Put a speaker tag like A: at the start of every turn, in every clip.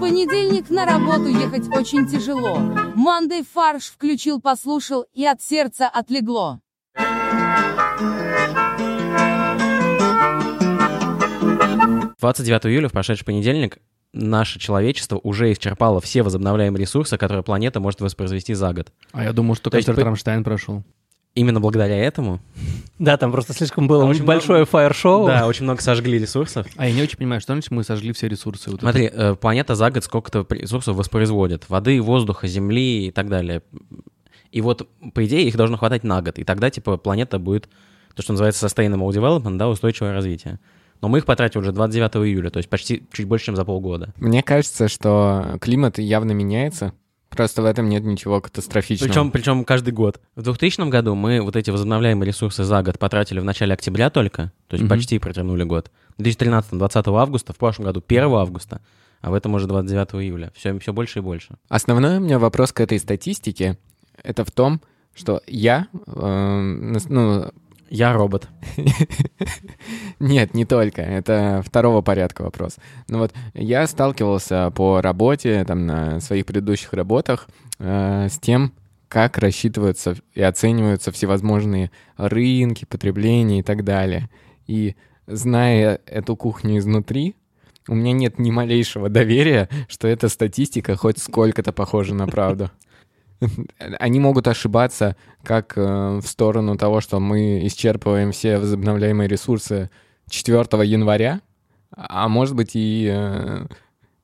A: понедельник на работу ехать очень тяжело. Мандай фарш включил, послушал, и от сердца отлегло.
B: Мгм. 29 июля, в прошедший понедельник, наше человечество уже исчерпало все возобновляемые ресурсы, которые планета может воспроизвести за год.
C: А я думал, что
B: То есть
C: концерт
B: вы-
C: Рамштайн прошел.
B: Именно благодаря этому,
D: Да, там просто слишком было
B: Там очень
D: большое фаер-шоу.
B: да, очень много сожгли ресурсов.
C: А я не очень понимаю, что значит мы сожгли все ресурсы. Вот это.
B: Смотри, э, планета за год сколько-то при- ресурсов воспроизводит. Воды, воздуха, земли и так далее. И вот, по идее, их должно хватать на год. И тогда, типа, планета будет, то, что называется sustainable development, да, устойчивое развитие. Но мы их потратили уже 29 июля, то есть почти чуть больше, чем за полгода.
E: Мне кажется, что климат явно меняется. Просто в этом нет ничего катастрофичного.
B: Причем, причем каждый год. В 2000 году мы вот эти возобновляемые ресурсы за год потратили в начале октября только, то есть
C: Мгм.
B: почти протянули год. В 2013 20 августа, в прошлом году 1 августа, а в этом уже 29 июля. Все, все больше и больше.
E: Основной у меня вопрос к этой статистике это в том, что я, эм, нас- ну,
B: Я робот.
E: Нет, не только. Это второго порядка вопрос. Ну вот, я сталкивался по работе, там, на своих предыдущих работах э, с тем, как рассчитываются и оцениваются всевозможные рынки, потребления и так далее. И зная эту кухню изнутри, у меня нет ни малейшего доверия, что эта статистика хоть сколько-то похожа на правду. Они могут ошибаться как э, в сторону того, что мы исчерпываем все возобновляемые ресурсы 4 января, а может быть и, э,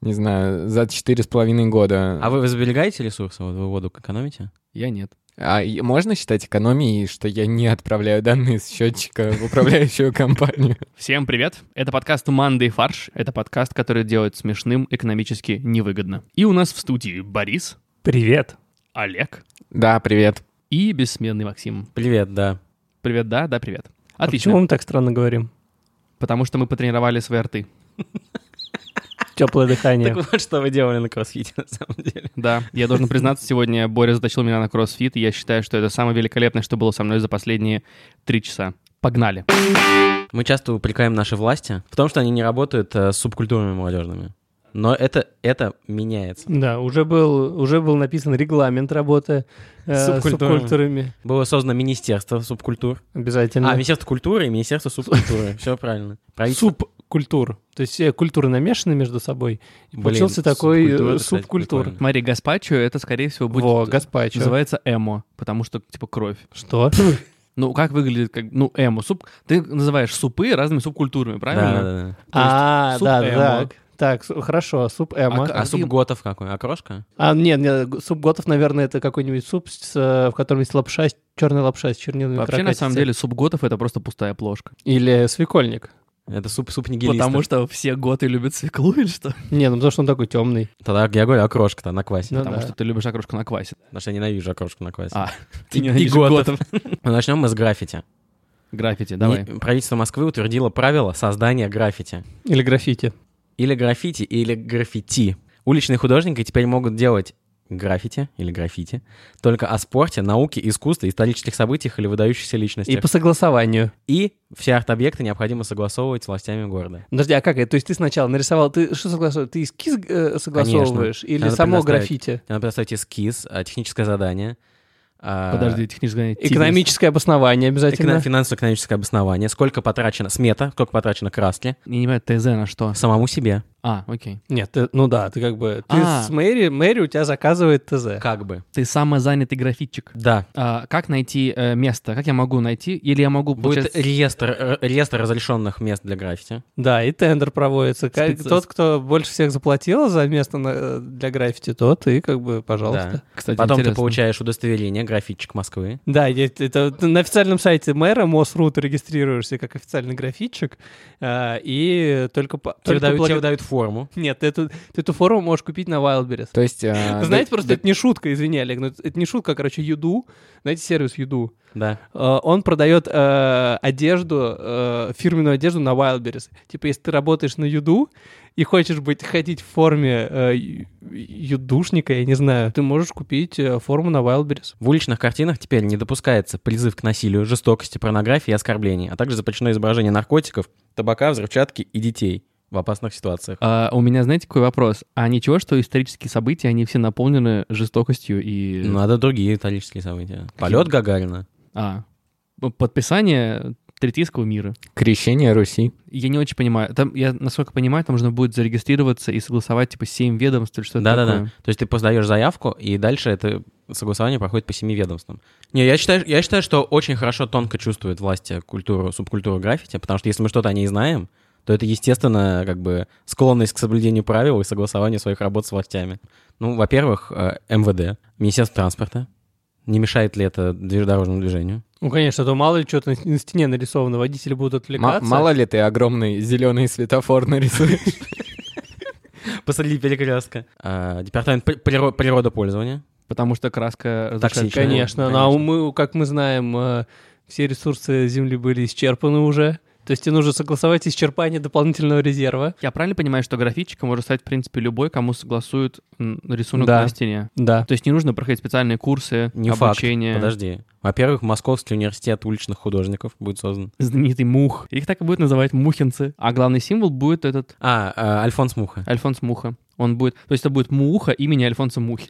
E: не знаю, за 4,5 года.
B: А вы вы сберегаете ресурсы? Вот вы воду экономите?
C: Я нет.
E: А и можно считать экономией, что я не отправляю данные с счетчика в управляющую компанию?
C: Всем привет! Это подкаст «Манды и фарш». Это подкаст, который делает смешным экономически невыгодно. И у нас в студии Борис,
D: Привет.
C: Олег
E: Да, привет.
C: и бессменный Максим.
B: Привет, да.
C: Привет, да, да, привет.
D: А
C: Отлично.
D: почему мы так странно говорим?
C: Потому что мы потренировали свои рты.
D: Теплое дыхание.
B: Так вот, что вы делали на кроссфите, на самом деле.
C: Да, я должен признаться, сегодня Боря затащил меня на кроссфит, и я считаю, что это самое великолепное, что было со мной за последние три часа. Погнали.
B: Мы часто упрекаем наши власти в том, что они не работают э, с субкультурами молодежными. Но это, это меняется.
D: Да, уже был, уже был написан регламент работы э,
B: С
D: с
B: субкультурами.
D: субкультурами.
B: Было создано Министерство субкультур.
D: Обязательно. А
B: А, Министерство культуры и Министерство субкультуры. Все правильно. Правительство.
D: Субкультур. То есть все культуры намешаны между собой. И
B: Блин,
D: получился
B: субкультура,
D: такой э,
B: это, кстати,
D: субкультур.
B: прикольно.
C: Смотри, Гаспачо, это, скорее всего, будет...
D: Во, гаспачо.
C: Называется эмо, потому что, типа, кровь.
D: Что?
C: Ну, как выглядит, как, ну, эмо, суп... Ты называешь супы разными субкультурами,
B: Да,
C: правильно?
B: да, да.
D: А,
C: суп
D: да,
C: эмо.
D: да. Так, су- хорошо, суп эмо.
C: к-
B: А суп готов какой? Окрошка?
D: А, нет, нет, г- суп готов, наверное, это какой-нибудь суп, с, э, в котором есть лапша, с- черная лапша с
B: Ну,
D: чернилами
C: Вообще, на самом
D: каракатицей.
C: деле, суп готов — это просто пустая плошка.
D: Или свекольник.
B: Это суп суп
C: Потому
B: нигилистов.
C: что все готы любят свеклу или что?
D: Не, ну потому что он такой темный.
B: Тогда я говорю окрошка-то на квасе.
D: Ну
C: Потому
D: да.
C: что ты любишь окрошку на квасе.
B: Потому что я ненавижу окрошку на квасе.
C: А,
B: И-
C: Ты
B: и
C: ненавидишь
B: готов. Начнем мы с граффити.
C: Граффити, давай.
B: Ми- Правительство Москвы утвердило правила создания граффити.
D: Или граффити.
B: Или граффити, или граффити. Уличные художники теперь могут делать граффити или граффити только о спорте, науке, искусстве, исторических событиях или выдающихся
D: И
B: личностях.
D: по согласованию.
B: И, все арт-объекты необходимо согласовывать с властями города.
D: Подожди, а как это? То есть ты сначала нарисовал, ты что согласовываешь? Ты эскиз э, согласовываешь? Или
B: Надо
D: само
B: предоставить.
D: граффити?
B: Надо представить эскиз, а, техническое задание. а,
C: Подожди, техническое...
D: Экономическое обоснование обязательно.
B: эконом- финансово-экономическое обоснование, сколько потрачено, смета, сколько потрачено краски,
C: Я не понимаю, ТЗ на что?
B: самому себе.
C: А, окей.
D: Нет, ты- ну да, ты как бы... Ты
C: А.
D: с мэри, мэри у тебя заказывает ТЗ.
B: Как бы.
C: Ты самозанятый графитчик.
B: Да.
C: А, как найти э, место? Как я могу найти? Или я могу...
B: Будет
C: получается,
B: реестр, р- реестр разрешенных мест для граффити.
D: Да, и тендер проводится. Ка-
C: Специ-
D: Тот, кто больше всех заплатил за место на- э, для граффити, тот и как бы,
B: Да.
D: пожалуйста.
C: Кстати,
B: Потом ты
C: интересно.
B: получаешь удостоверение, графитчик Москвы.
D: Да, е- это ты на официальном сайте мэра МОСРУ ты регистрируешься как официальный графитчик, а, и только... по-
B: Тебе
D: только
B: дают,
D: блага-
B: тебе дают форму.
D: Нет, ты эту, ты эту форму можешь купить на Wildberries.
E: То есть... э, да-
D: Вы знаете, просто
E: да-
D: это не шутка, извини, Олег, но это, это не шутка, а, короче, Юду, знаете, сервис Юду,
B: Да.
D: э, он продает э, одежду, э, фирменную одежду на Wildberries. Типа, если ты работаешь на Юду и хочешь быть, ходить в форме э, ю- юдушника, я не знаю, ты можешь купить э, форму на Wildberries.
B: В уличных картинах теперь не допускается призыв к насилию, жестокости, порнографии и оскорблений, а также запрещено изображение наркотиков, табака, взрывчатки и детей. в опасных ситуациях.
C: А, у меня, знаете, какой вопрос? А ничего, что исторические события, они все наполнены жестокостью и...
B: Надо другие исторические события. Полет Гагарина.
C: А, ну, подписание Третийского мира.
E: Крещение Руси.
C: Я не очень понимаю. Там, я, насколько понимаю, там нужно будет зарегистрироваться и согласовать, типа, семь ведомств или что-то
B: Да-да-да.
C: такое.
B: То есть ты подаешь заявку, и дальше это согласование проходит по семи ведомствам. Не, я считаю, я считаю, что очень хорошо тонко чувствуют власти культуру, субкультуру граффити, потому что если мы что-то о ней знаем, то это, естественно, как бы склонность к соблюдению правил и согласованию своих работ с властями. Ну, во-первых, э, МВД, Министерство транспорта. Не мешает ли это движ- дорожному движению?
D: Ну, конечно, а то мало ли что-то на, на стене нарисовано, водители будут
E: М-
D: отвлекаться.
E: мало ли ты огромный зеленый светофор нарисуешь.
B: Посреди перекрестка. Э, Департамент при- приро- природопользования.
C: Потому что краска... разрушает-
B: Токсичная.
D: Конечно, ну, а мы, как мы знаем, э, все ресурсы Земли были исчерпаны уже. То есть тебе нужно согласовать исчерпание дополнительного резерва.
C: Я правильно понимаю, что графичиком может стать, в принципе, любой, кому согласуют м, рисунок
D: Да.
C: на стене?
D: Да.
C: То есть не нужно проходить специальные курсы,
B: Не
C: обучение.
B: факт. Подожди. Во-первых, Московский университет уличных художников будет создан.
C: Знаменитый мух. Их так и будут называть мухинцы. А главный символ будет этот
B: А, э, Альфонс Муха.
C: Альфонс Муха. Он будет... То есть это будет муха имени Альфонса Мухи.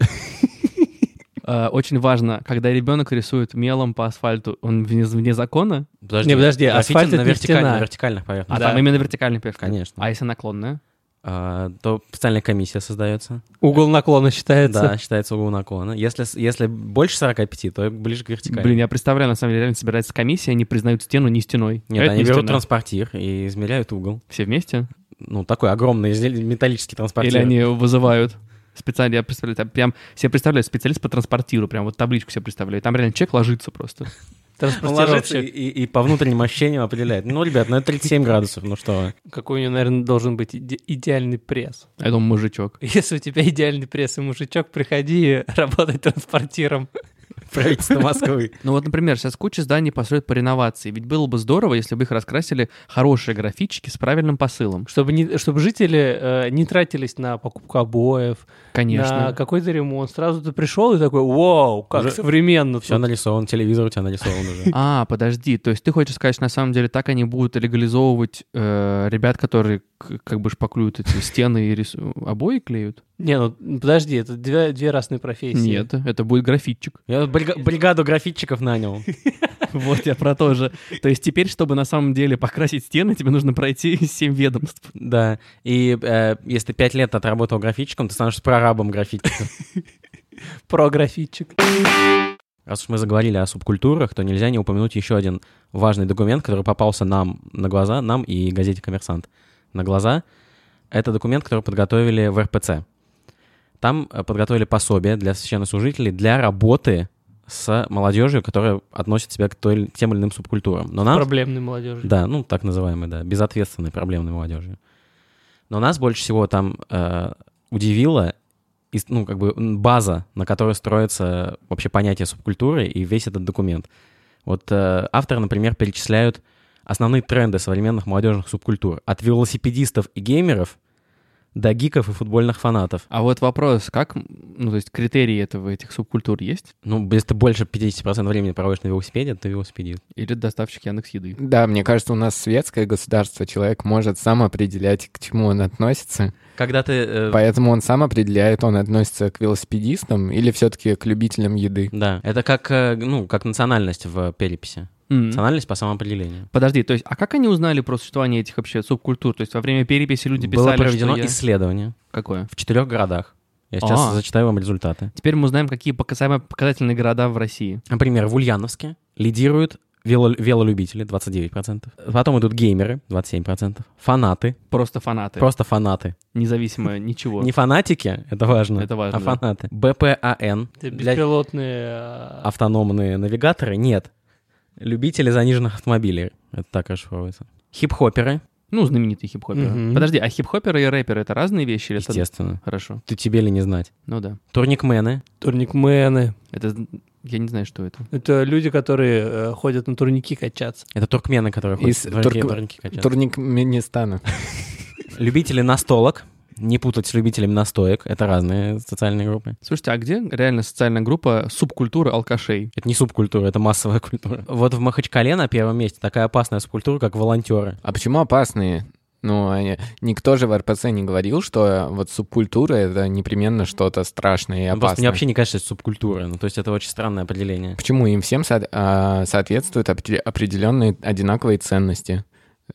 C: Э, Очень важно, когда ребенок рисует мелом по асфальту, он вне, вне закона,
B: Подожди,
D: Не, подожди,
B: граффити
D: асфальт это
B: на,
D: не стена.
B: на вертикальных
C: а
B: поверхностях.
D: Да.
C: там именно вертикальный пешка.
B: Конечно.
C: А если наклонная?
B: А, то специальная комиссия создается.
D: Угол наклона считается.
B: Да, считается угол наклона. Если, с- если больше 45, то ближе к вертикали.
C: Блин, я представляю, на самом деле, реально собирается комиссия, они признают стену не стеной.
B: Нет,
C: Это
B: они
C: не
B: берут
C: стена.
B: транспортир и измеряют угол.
C: Все вместе?
B: Ну, такой огромный издель- металлический транспортир.
C: Или они вызывают специально, я представляю, там прям себе представляю специалист по транспортиру, прям вот табличку себе представляю, и там реально человек ложится просто.
B: Он
D: Транспортировщик.
B: ложится и, и- и по внутренним ощущениям определяет. Ну, ребят, ну это 37 градусов, ну что вы.
D: Какой у него, наверное, должен быть иде- идеальный пресс.
C: А Я думаю, мужичок.
D: Если у тебя идеальный пресс и мужичок, приходи работать транспортиром.
B: Правительство Москвы.
C: Ну вот, например, сейчас куча зданий построят по реновации, ведь было бы здорово, если бы их раскрасили хорошие графички с правильным посылом.
D: Чтобы, не, чтобы жители э, не тратились на покупку обоев, на
C: Конечно.
D: какой-то ремонт. Сразу ты пришел и такой, вау, как
B: Уже
D: современно
B: Все
D: тут».
B: нарисован, телевизор у тебя нарисован уже.
C: А, подожди, то есть ты хочешь сказать, что на самом деле так они будут легализовывать э, ребят, которые к- как бы шпаклюют эти стены и рису- обои клеют?
D: Не, ну подожди, это две, две разные профессии.
C: Нет, это будет графитчик.
B: Я брига- бригаду графитчиков нанял.
C: Вот я про то же. То есть теперь, чтобы на самом деле покрасить стены, тебе нужно пройти семь ведомств.
B: Да. И э, если ты пять лет отработал графитчиком, ты становишься прорабом графитчиков.
D: Про графитчик.
B: Раз уж мы заговорили о субкультурах, то нельзя не упомянуть еще один важный документ, который попался нам на глаза, нам и газете «Коммерсант» на глаза. Это документ, который подготовили в РПЦ. Там э, подготовили пособие для священнослужителей для работы с молодежью, которая относит себя к той или- тем или иным субкультурам. Но нам...
D: Проблемной молодежи.
B: Да, ну так называемой, да, безответственной проблемной молодежи. Но нас больше всего там э, удивила ис- ну, как бы м, база, на которой строится вообще понятие субкультуры и весь этот документ. Вот э, авторы, например, перечисляют основные тренды современных молодежных субкультур. От велосипедистов и геймеров до гиков и футбольных фанатов.
C: А вот вопрос, как, ну то есть критерии этого, этих субкультур есть?
B: Ну, если ты больше 50% времени проводишь на велосипеде, ты велосипедист.
C: Или доставщик Яндекс Еды?
E: Да, мне кажется, у нас светское государство, человек может сам определять, к чему он относится.
B: Когда ты... э,
E: Поэтому он сам определяет, он относится к велосипедистам или все-таки к любителям еды.
B: Да, это как, э, ну, как национальность в переписи.
C: М.
B: Национальность по самоопределению.
C: Подожди, то есть, а как они узнали про существование этих вообще субкультур? То есть во время переписи люди
B: Было
C: писали,
B: проведено
C: что я-
B: исследование
C: Какое?
B: в четырех городах. Я сейчас
C: А.
B: зачитаю вам результаты.
C: Теперь мы узнаем, какие пока- самые показательные города в России.
B: Например, в Ульяновске лидируют вело- велолюбители 29%. Потом идут геймеры 27%. Фанаты.
C: Просто фанаты.
B: Просто фанаты.
C: Независимо ничего.
B: Не фанатики, это важно.
C: Это важно,
B: А
C: да.
B: фанаты. БПАН. Для
D: Это беспилотные... э,
B: автономные навигаторы нет. Любители заниженных автомобилей. Это так расшифровывается. Хип-хоперы,
C: Ну, знаменитые хип-хоперы.
D: Мгм.
C: Подожди, а хип-хоперы и рэперы — это разные вещи? Или это-
B: естественно.
C: Хорошо.
B: Ты тебе ли не знать.
C: Ну да.
B: Турникмены.
D: Турникмены.
C: Это... Я не знаю, что это.
D: Это люди, которые э, ходят на турники качаться.
B: Это туркмены, которые ходят.
E: Из
B: в турнике-
E: турк-
B: турнике качаются.
E: Турник Министана.
B: Любители настолок. Не путать с любителями настоек. Это разные социальные группы.
C: Слушайте, а где реально социальная группа субкультура алкашей?
B: Это не субкультура, это массовая культура. Вот в Махачкале на первом месте такая опасная субкультура, как волонтеры.
E: А почему опасные? Ну, а не- никто же в РПЦ не говорил, что вот субкультура — это непременно что-то страшное и
B: Ну, Просто
E: опасное.
B: мне вообще не кажется, что это субкультура. Ну, то есть это очень странное определение.
E: Почему им всем со- а, соответствуют опре- определенные одинаковые ценности?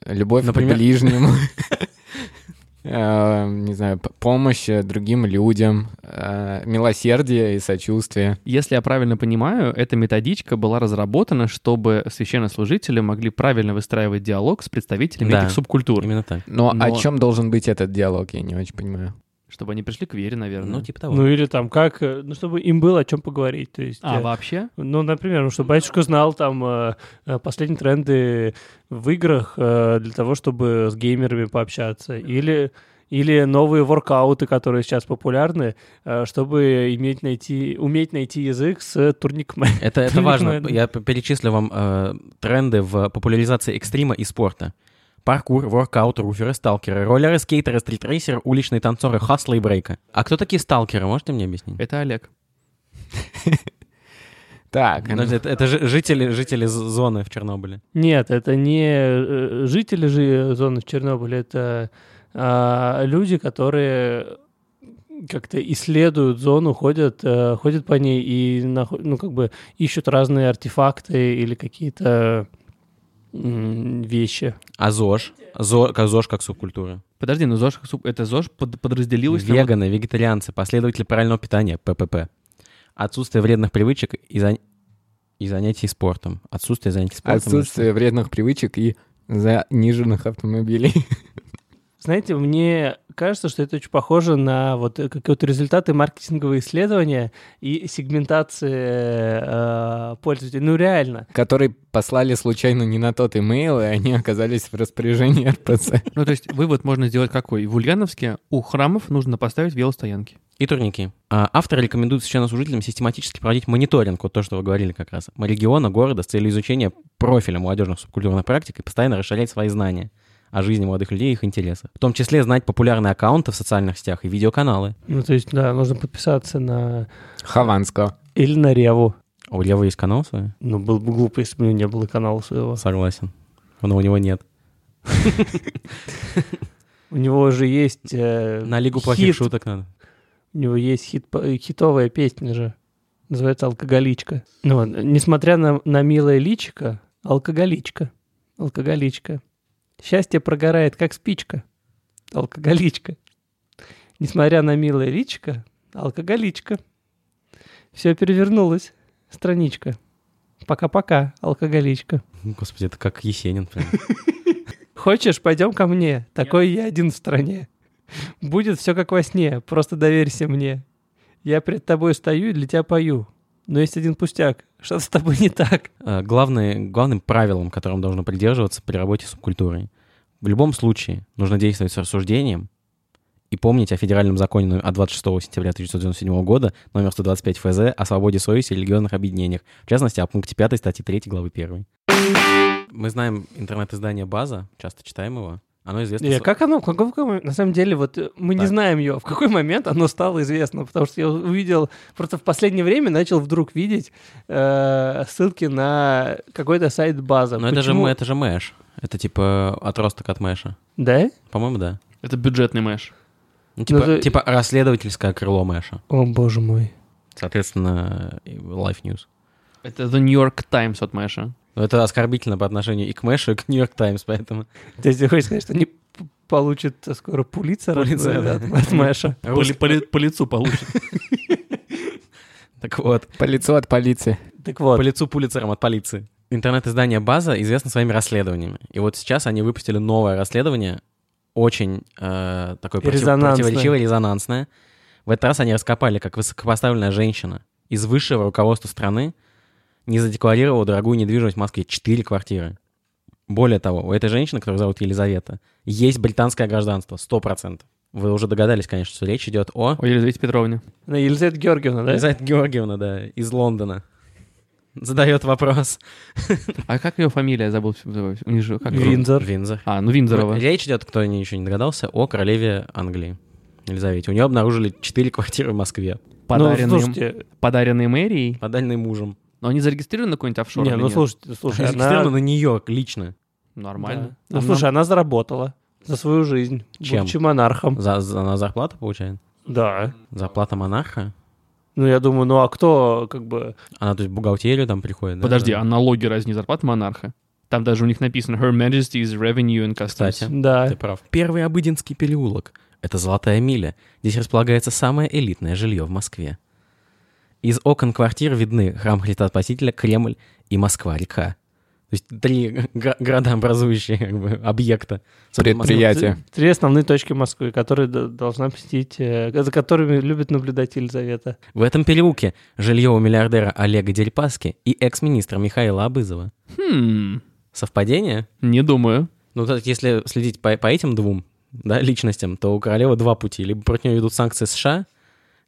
E: Любовь
B: Например?
E: к ближнему, э, не знаю, п- помощь э, другим людям, э, милосердие и сочувствие.
C: Если я правильно понимаю, эта методичка была разработана, чтобы священнослужители могли правильно выстраивать диалог с представителями
B: Да.
C: этих субкультур,
B: Именно так.
E: Но,
C: Но-
E: о чем должен быть этот диалог, я не очень понимаю.
C: чтобы они пришли к вере, наверное.
B: Ну, типа того.
D: Ну или там как, э, ну чтобы им было о чем поговорить. То есть,
C: а
D: э,
C: вообще?
D: ну, например, ну, чтобы батюшка знал там э, э, последние тренды в играх э, для того, чтобы с геймерами пообщаться. Или или новые воркауты, которые сейчас популярны, э, чтобы иметь найти, уметь найти язык с турниками.
B: Это, это
D: Ну,
B: важно.
D: наверное.
B: Я п- перечислю вам э, тренды в популяризации экстрима и спорта. Паркур, воркаут, руферы, сталкеры, роллеры, скейтеры, стритрейсеры, уличные танцоры, хасла и брейка. А кто такие сталкеры? Можете мне объяснить?
C: Это Олег.
E: Так,
B: Ну, Это, это же жители, жители з- зоны в Чернобыле.
D: Нет, это не э, жители же зоны в Чернобыле, это а, люди, которые как-то исследуют зону, ходят, э, ходят по ней и нахо- ну, как бы ищут разные артефакты или какие-то м, вещи.
B: А ЗОЖ? Зо- как ЗОЖ как субкультура.
C: Подожди, ну ЗОЖ, суб- это ЗОЖ под- подразделилось на вот-
B: Веганы, вегетарианцы, последователи правильного питания, ППП. Отсутствие вредных привычек и, зан- и занятий спортом. Отсутствие занятий спортом.
E: отсутствие вредных привычек и заниженных автомобилей.
D: Знаете, мне кажется, что это очень похоже на вот э, какие-то результаты маркетингового исследования и сегментации э, пользователей. Ну реально.
E: которые послали случайно не на тот имейл, и они оказались в распоряжении РПЦ.
C: Ну, то есть вывод можно сделать какой? В Ульяновске у храмов нужно поставить велостоянки.
B: И турники. А, Авторы рекомендуют священнослужителям систематически проводить мониторинг, вот то, что вы говорили как раз, региона, города с целью изучения профиля молодежных субкультурных практик и постоянно расширять свои знания о жизни молодых людей и их интересах. В том числе знать популярные аккаунты в социальных сетях и видеоканалы.
D: Ну, то есть, да, нужно подписаться на...
E: Хованского.
D: Или на Реву.
B: А У Левы есть канал свой?
D: Ну, было бы глупо, если бы у него не было канала своего.
B: Согласен. Но у него нет.
D: У него же есть... э,
B: На Лигу плохих
D: хит.
B: шуток надо.
D: У него есть хит, по- э, хитовая песня же. Называется «Алкоголичка». Ну, вот, несмотря на, на милое личико, алкоголичка. Алкоголичка. Счастье прогорает, как спичка. Алкоголичка. Несмотря на милое личико, алкоголичка. Все перевернулось. Страничка. Пока-пока, алкоголичка.
B: Господи, это как Есенин. прям.
D: Хочешь, пойдем ко мне. Такой я один в стране. Будет все как во сне, просто доверься мне. Я перед тобой стою и для тебя пою. Но есть один пустяк. Что-то с тобой не так.
B: Э, главное- главным правилом, которым должно придерживаться при работе с субкультурой. В любом случае нужно действовать с рассуждением и помнить о федеральном законе от 26 сентября 1997 года, номер 125 ФЗ, о свободе совести и религиозных объединениях, в частности, о пункте 5 статьи 3 главы 1. Мы знаем интернет-издание «База», часто читаем его. Оно известно... сво-
D: Э, как оно, в каком- в каком- на самом деле, вот э, мы не
B: Так.
D: знаем ее, в какой момент оно стало известно, потому что я увидел, просто в последнее время начал вдруг видеть э, ссылки на какой-то сайт база.
B: Но это же,
D: Почему-
B: м- это же Мэш. Это типа отросток от Мэша.
D: Да?
B: По-моему, да.
C: Это бюджетный мэш.
B: Ну, типа,
D: это-
B: типа расследовательское крыло Мэша.
D: О, боже мой.
B: Соответственно, и Life News.
C: Это The New York Times от мэша.
B: Но это оскорбительно по отношению и к Мэшу, и к Нью-Йорк Таймс, поэтому...
D: То есть ты хочешь сказать, что они п- получат скоро пулицера от,
B: Пулитцера,
D: от- от Мэша?
C: По, ли- по ли- по лицу получит.
B: Так вот,
E: По лицу от полиции.
D: Так вот.
B: по лицу пулицером от полиции. Интернет-издание «База» известно своими расследованиями. И вот сейчас они выпустили новое расследование, очень э, такое против-
D: Резонансное.
B: противоречивое, резонансное. В этот раз они раскопали, как высокопоставленная женщина из высшего руководства страны не задекларировала дорогую недвижимость в Москве. Четыре квартиры. Более того, у этой женщины, которую зовут Елизавета, есть британское гражданство, 100%. Вы уже догадались, конечно, что речь идет о...
C: Ой, Елизавете Петровне.
D: На Елизавета Георгиевна, да?
B: Елизавета Георгиевна, да, из Лондона. Задает вопрос.
C: А как ее фамилия? Я Забыл. У них же как её?
D: Вин. Виндзор.
B: Винзор.
C: А, ну Винзорова.
B: Речь идет, кто не- еще не догадался, о королеве Англии. Елизавете. У нее обнаружили четыре квартиры в Москве,
D: Ну,
C: Подаренные,
D: слушайте,
C: подаренные мэрией.
B: подаренные мужем.
C: Но они зарегистрированы на какой-нибудь офшор
D: не,
C: или
D: ну
C: нет?
D: слушайте, слушай,
B: Зарегистрировано
D: она...
B: на нее лично.
C: Нормально.
D: Да. Ну,
C: А
D: слушай, она заработала. за свою жизнь,
B: Чем?
D: будучи монархом.
B: За, за- она зарплату получает?
D: Да.
B: Зарплата монарха?
D: Ну, я думаю, ну а кто, как бы...
B: Она, то есть, в бухгалтерию там приходит, да?
C: Подожди,
B: Да.
C: а налоги разве не зарплата монарха? Там даже у них написано Her Majesty's Revenue and Customs.
B: Кстати.
D: Да.
B: Ты прав. А Первый Обыденский переулок. Это золотая миля. Здесь располагается самое элитное жилье в Москве. Из окон квартир видны храм Христа Спасителя, Кремль и Москва-река. То есть три гра- градообразующие как бы, объекта. Особенно Москва.
E: Предприятие.
D: Три основные точки Москвы, которые д- должна посетить, э, за которыми любит наблюдать Елизавета.
B: В этом переулке жилье у миллиардера Олега Дерипаски и экс-министра Михаила Абызова.
C: Хм,
B: Совпадение?
C: не думаю.
B: Ну, так, если следить по, по этим двум да, личностям, то у королевы два пути. Либо против нее ведут санкции США,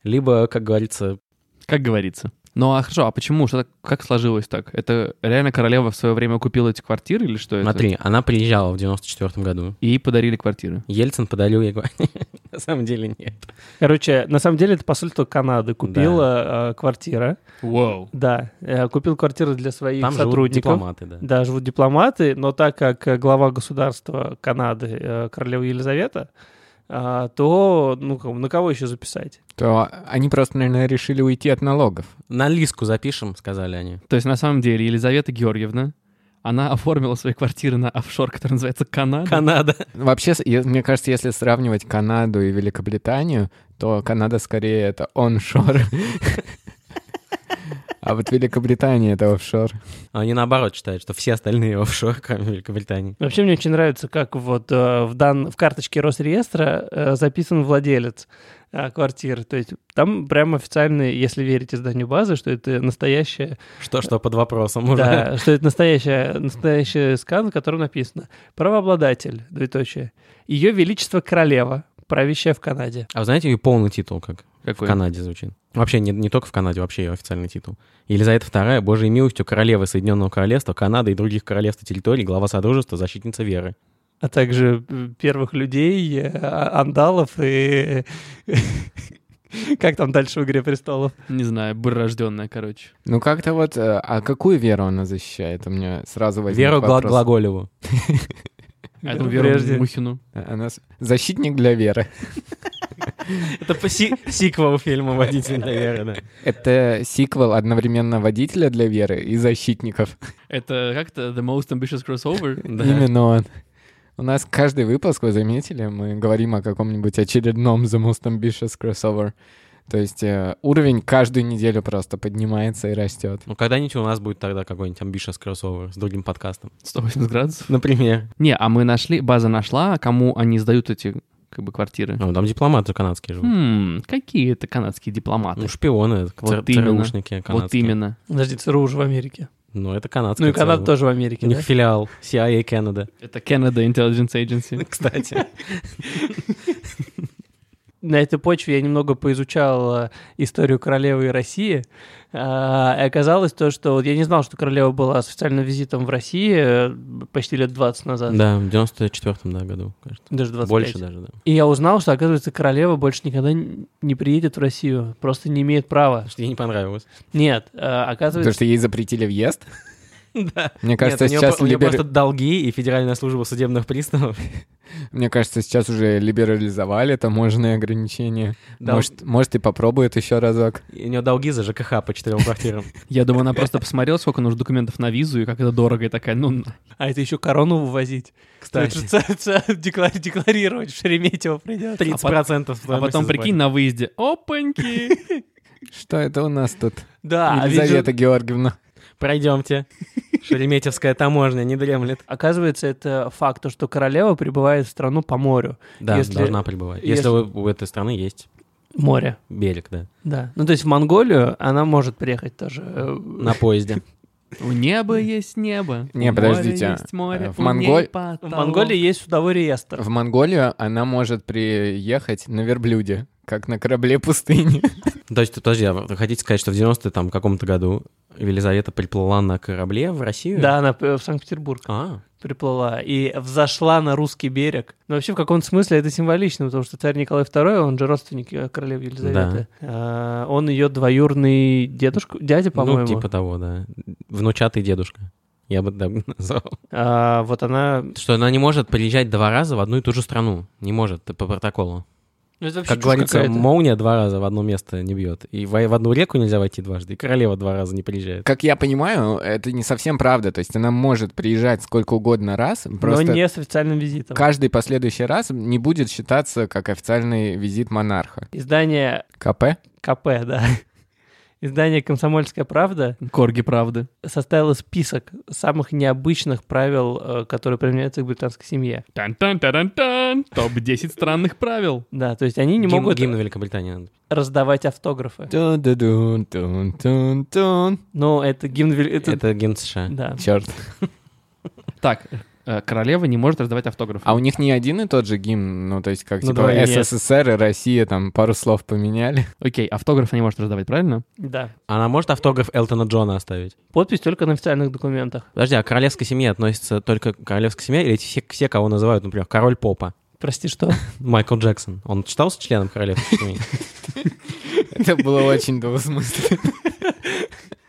B: либо, как говорится,
C: Как говорится. Ну а хорошо, а почему? Что так, как сложилось так? Это реально королева в свое время купила эти квартиры или что это?
B: Смотри, она приезжала в 94 году.
C: И ей подарили квартиры.
B: Ельцин подарил ей квартиру. На самом деле нет.
D: Короче, на самом деле это посольство Канады купило э, квартира.
C: Вау.
D: Да, э, купил квартиру для своих
B: Там живут
D: сотрудников.
B: дипломаты, да.
D: Да, живут дипломаты, но так как э, глава государства Канады э, королева Елизавета, а, то ну как бы, на кого еще записать?
E: То они просто, наверное, решили уйти от налогов.
B: На лиску запишем, сказали они.
C: То есть на самом деле Елизавета Георгиевна, она оформила свои квартиры на офшор, который называется Канада.
B: Канада.
E: Вообще, с- е- мне кажется, если сравнивать Канаду и Великобританию, то Канада скорее это оншор. А вот Великобритания это офшор.
B: А Они наоборот считают, что все остальные офшор, кроме Великобритании.
D: Вообще мне очень нравится, как вот э, в, дан... в карточке Росреестра э, записан владелец э, квартиры. То есть там прям официально, если верить изданию базы, что это настоящая
B: Что, что под вопросом уже.
D: Да, что это настоящая, настоящая скан, в котором написано «Правообладатель», двоеточие, «Ее Величество Королева, правящая в Канаде».
B: А вы знаете ее полный титул как? В
C: Какой?
B: Канаде звучит. Вообще, не, не только в Канаде, вообще ее официальный титул. Елизавета II, Божьей милостью, королева Соединенного Королевства, Канады и других королевств и территорий, глава Содружества, защитница веры.
D: А также э, первых людей, э, а- андалов и... э, Как там дальше в «Игре престолов»?
C: Не знаю, бырожденная, короче.
E: Ну как-то вот, э, а какую веру она защищает? У меня сразу возник
B: Веру Гла-
E: вопрос.
B: Глаголеву.
C: А Это Веру Мухину.
E: Она с- защитник для веры.
B: Это по си- сиквелу фильма «Водитель для веры», да.
E: Это сиквел одновременно водителя для веры и защитников.
C: Это как-то The Most Ambitious Crossover?
E: Именно он. У нас каждый выпуск, вы заметили, мы говорим о каком-нибудь очередном The Most Ambitious Crossover. То есть э, уровень каждую неделю просто поднимается и растет.
B: Ну, когда-нибудь у нас будет тогда какой-нибудь ambitious кроссовер с другим подкастом.
C: 180 градусов?
B: Например.
C: Не, а мы нашли, база нашла, кому они сдают эти как бы квартиры.
B: Ну, там дипломаты канадские живут.
C: Хм, какие это канадские дипломаты?
B: Ну, шпионы, цер-
C: именно.
B: ЦРУшники канадские.
C: вот именно.
D: Подожди, ЦРУ уже в Америке.
B: Ну, это канадские.
D: Ну и Канада
B: ЦРУ.
D: тоже в
B: У
D: Америке,
B: них
D: да?
B: филиал CIA Canada.
C: Это Canada Intelligence Agency.
B: Кстати.
D: На этой почве я немного поизучал э, историю королевы и России. А, и оказалось то, что вот я не знал, что королева была с официальным визитом в России э, почти лет 20 назад.
B: Да, в 94-м да, году, кажется.
D: Даже 25.
B: Больше даже, да.
D: И я узнал, что, оказывается, королева больше никогда н- не приедет в Россию. Просто не имеет права.
B: Что ей не понравилось.
D: Нет, э, оказывается...
E: Потому что ей запретили въезд. Мне кажется,
B: Нет, у неё
E: сейчас
B: про- у неё
E: либер-
B: просто долги и Федеральная служба судебных приставов.
E: мне кажется, сейчас уже либерализовали таможенные ограничения.
B: Да.
E: Может, может, и попробует еще разок.
B: И У нее долги за ЖКХ по четырем квартирам.
C: Я думаю, она просто посмотрела, сколько нужно документов на визу и как это дорого, и такая, ну, на.
D: А это еще корону вывозить.
B: Кстати.
D: Это же ц- ц- декла- декларировать в Шереметьево придет.
B: 30%
C: а потом прикинь на выезде, опаньки,
E: Что это у нас тут?
D: Да, а ведь же-
E: Елизавета Георгиевна.
B: Пройдемте. Шереметьевская таможня не дремлет.
D: Оказывается, это факт, то, что королева прибывает в страну по морю.
B: Да,
D: Если-
B: должна прибывать.
D: если-
B: Если у- у этой страны есть
D: Море,
B: берег, да,
D: да. Ну, то есть в Монголию она может приехать тоже. э,
B: на поезде.
C: У неба есть небо.
E: Не,
C: у
E: подождите,
C: моря есть море,
E: э, в
C: у ней
E: Монголь-
D: В
C: потолок.
D: Монголии есть судовой реестр.
E: В Монголию она может приехать на верблюде, как на корабле пустыни.
B: То есть, подожди, а вы хотите сказать, что в 90 там каком-то году Елизавета приплыла на корабле в Россию?
D: Да, она э, в Санкт-Петербург
B: А,
D: приплыла и взошла на русский берег. Но вообще в каком-то смысле это символично, потому что царь Николай II, он же родственник э, королевы Елизаветы. А, Он ее двоюродный дедушка, дядя,
B: ну,
D: по-моему.
B: типа того, да. Внучатый дедушка. я бы так назвал.
D: А, вот она...
B: Что она не может приезжать два раза в одну и ту же страну. Не может по протоколу. Как говорится, молния два раза в одно место не бьет. И в, в одну реку нельзя войти дважды, и королева два раза не приезжает.
E: Как я понимаю, это не совсем правда. То есть она может приезжать сколько угодно раз,
D: но
E: просто
D: не с официальным визитом.
E: каждый последующий раз не будет считаться как официальный визит монарха.
D: Издание
E: КП?
D: КП, да. Издание «Комсомольская правда»
C: Корги правды.
D: составило список самых необычных правил, э, которые применяются к британской семье.
C: Тан-тан-таран-тан. Топ-10 странных правил.
D: Да, то есть они не
B: Гимн-
D: могут э,
B: Гимн Великобритании надо.
D: раздавать автографы.
E: Черт.
D: Ну, это гимн... Вели- Это...
B: Это гимн США.
D: Да.
C: Так, э, королева не может раздавать автографы.
E: А у них не один и тот же гимн, ну то есть как
D: Ну,
E: типа
D: давай, нет.
E: СССР и Россия там пару слов поменяли.
C: Окей, автограф она не может раздавать, правильно?
D: Да.
B: Она может автограф Элтона Джона оставить?
D: Подпись только на официальных документах.
B: Подожди, а к королевской семье относится только королевская семья или эти все, все, кого называют, например, король попа?
D: Прости, что?
B: Майкл Джексон. Он считался членом королевской семьи?
E: Это было очень двусмысленно.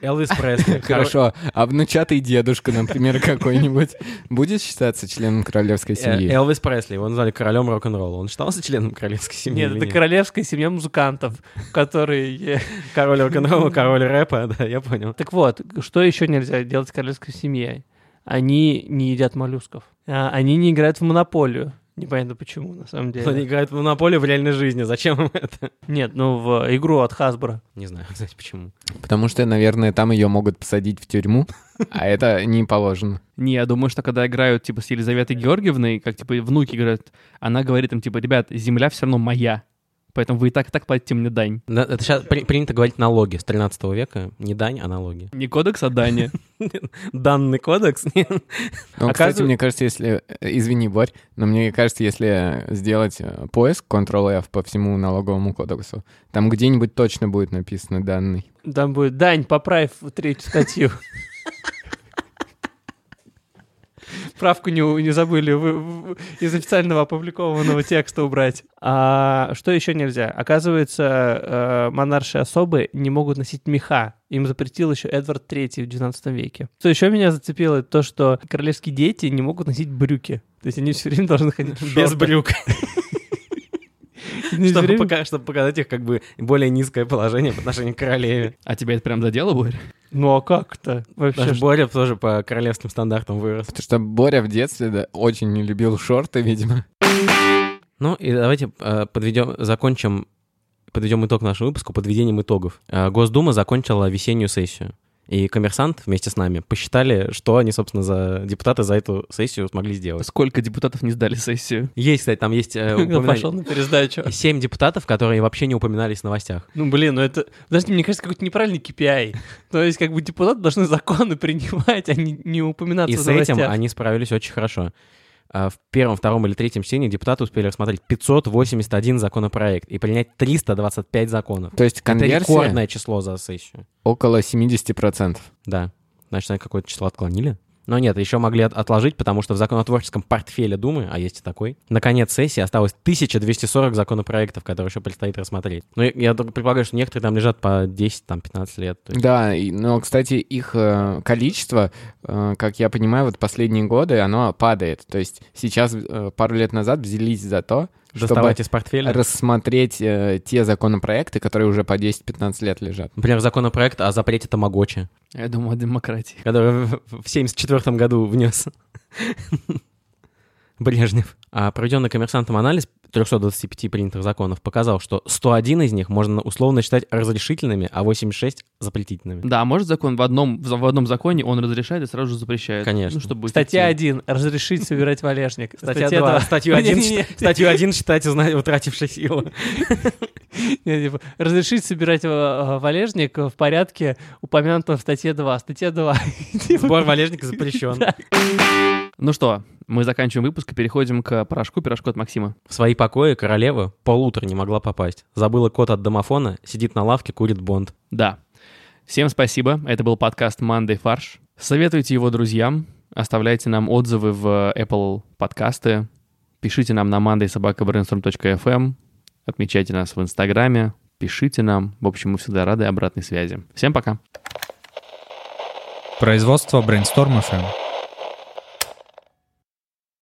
B: Элвис Пресли.
E: Хорошо, а внучатый дедушка, например, какой-нибудь, будет считаться членом королевской
B: Э,
E: семьи?
B: Элвис Пресли, его назвали королем рок-н-ролла. Он считался членом королевской семьи?
D: Нет,
B: или
D: это королевская семья музыкантов, которые... э,
B: король рок-н-ролла, король рэпа, да, я понял.
D: Так вот, что еще нельзя делать с королевской семьей? Они не едят моллюсков. А, Они не играют в монополию. Непонятно почему, на самом деле.
B: Они играют в монополию в реальной жизни, зачем им это?
D: Нет, ну в игру от Хасбро.
B: Не знаю, знаете, почему.
E: Потому что, наверное, там ее могут посадить в тюрьму, а это не положено.
C: Не, я думаю, что когда играют, типа, с Елизаветой Георгиевной, как, типа, внуки играют, она говорит им, типа, ребят, земля все равно моя, поэтому вы и так и так платите мне дань.
B: Да, Это сейчас принято говорить налоги с 13 века. Не дань, а налоги.
C: Не кодекс, а дани.
B: Данный кодекс?
E: Ну, кстати,
D: Оказыв-
E: мне кажется, если... э, Извини, Борь, но мне кажется, если сделать э, поиск Ctrl-F по всему налоговому кодексу, там где-нибудь точно будет написано данный.
D: Там будет Дань, поправь в третью статью. Правку не, у- не забыли вы- в- из официального опубликованного текста убрать. А что еще нельзя? Оказывается, э, монарши особы не могут носить меха. Им запретил еще Эдвард III в XIX веке. Что еще меня зацепило, это то, что королевские дети не могут носить брюки. То есть они все время должны ходить в
B: Без
D: шортах.
B: брюк.
D: Они всё
B: Чтобы,
D: время-
B: пока, чтобы показать их как бы более низкое положение по отношению к королеве.
C: А тебя это прям задело, Борь?
D: Ну а как-то? Вообще,
B: Наш Боря тоже по королевским стандартам вырос.
E: Потому что Боря в детстве да, очень не любил шорты, видимо.
B: Ну и давайте э, подведем, закончим, подведем итог нашему выпуску подведением итогов. Э, Госдума закончила весеннюю сессию. И коммерсант вместе с нами посчитали, что они, собственно, за депутаты за эту сессию смогли сделать.
C: Сколько депутатов не сдали сессию?
B: Есть, кстати, там есть э,
D: что- пошел
B: упоминание.
D: на пересдачу.
B: Семь депутатов, которые вообще не упоминались в новостях.
D: Ну, блин, ну это... Подожди, мне кажется, какой-то неправильный KPI. То есть, как бы депутаты должны законы принимать, а не, не упоминаться
B: И
D: в
B: с этим
D: новостях.
B: они справились очень хорошо. А, В первом, втором или третьем чтении депутаты успели рассмотреть 581 законопроект и принять 325 законов.
E: То есть
B: Это
E: конверсия
B: рекордное число за сессию.
E: около 70%.
B: Да. Значит, они какое-то число отклонили. Но нет, еще могли от- отложить, потому что в законотворческом портфеле Думы, а есть и такой, на конец сессии осталось 1240 законопроектов, которые еще предстоит рассмотреть. Но я, я только предполагаю, что некоторые там лежат по 10-15 лет. То есть
E: Да, и- но, кстати, их э, количество, э, как я понимаю, вот последние годы оно падает. То есть сейчас, э, пару лет назад, взялись за то, чтобы
B: доставать из портфеля.
E: рассмотреть э, те законопроекты, которые уже по 10-15 лет лежат.
B: Например, законопроект о запрете тамагочи.
C: Я думаю, о демократии.
B: который в 1974 году внес Брежнев. А проведенный коммерсантом анализ 325 принятых законов показал, что 101 из них можно условно считать разрешительными, а 86 — запретительными.
C: Да, а может закон в одном, в одном законе он разрешает и сразу же запрещает?
B: Конечно.
C: Ну, чтобы
D: Статья
C: эффективно.
D: 1. Разрешить собирать валежник.
B: два.
D: два.
B: Статью 1,
D: Не-не-не.
B: статью 1 считать узна- утратившей силу.
D: Не, типа, Разрешить собирать э, э, валежник в порядке, упомянутом в статье 2. Статья 2.
B: Сбор валежника запрещен.
C: Ну что, мы заканчиваем выпуск и переходим к порошку, пирожку от Максима.
B: В свои покои королева полутора не могла попасть. Забыла код от домофона, сидит на лавке, курит бонд.
C: Да. Всем спасибо. Это был подкаст «Мандай фарш». Советуйте его друзьям. Оставляйте нам отзывы в Apple подкасты. Пишите нам на mandaysobakabrainstorm.fm. эм. Отмечайте нас в Инстаграме. Пишите нам. В общем, мы всегда рады обратной связи. Всем пока.
F: Производство Brainstorm FM.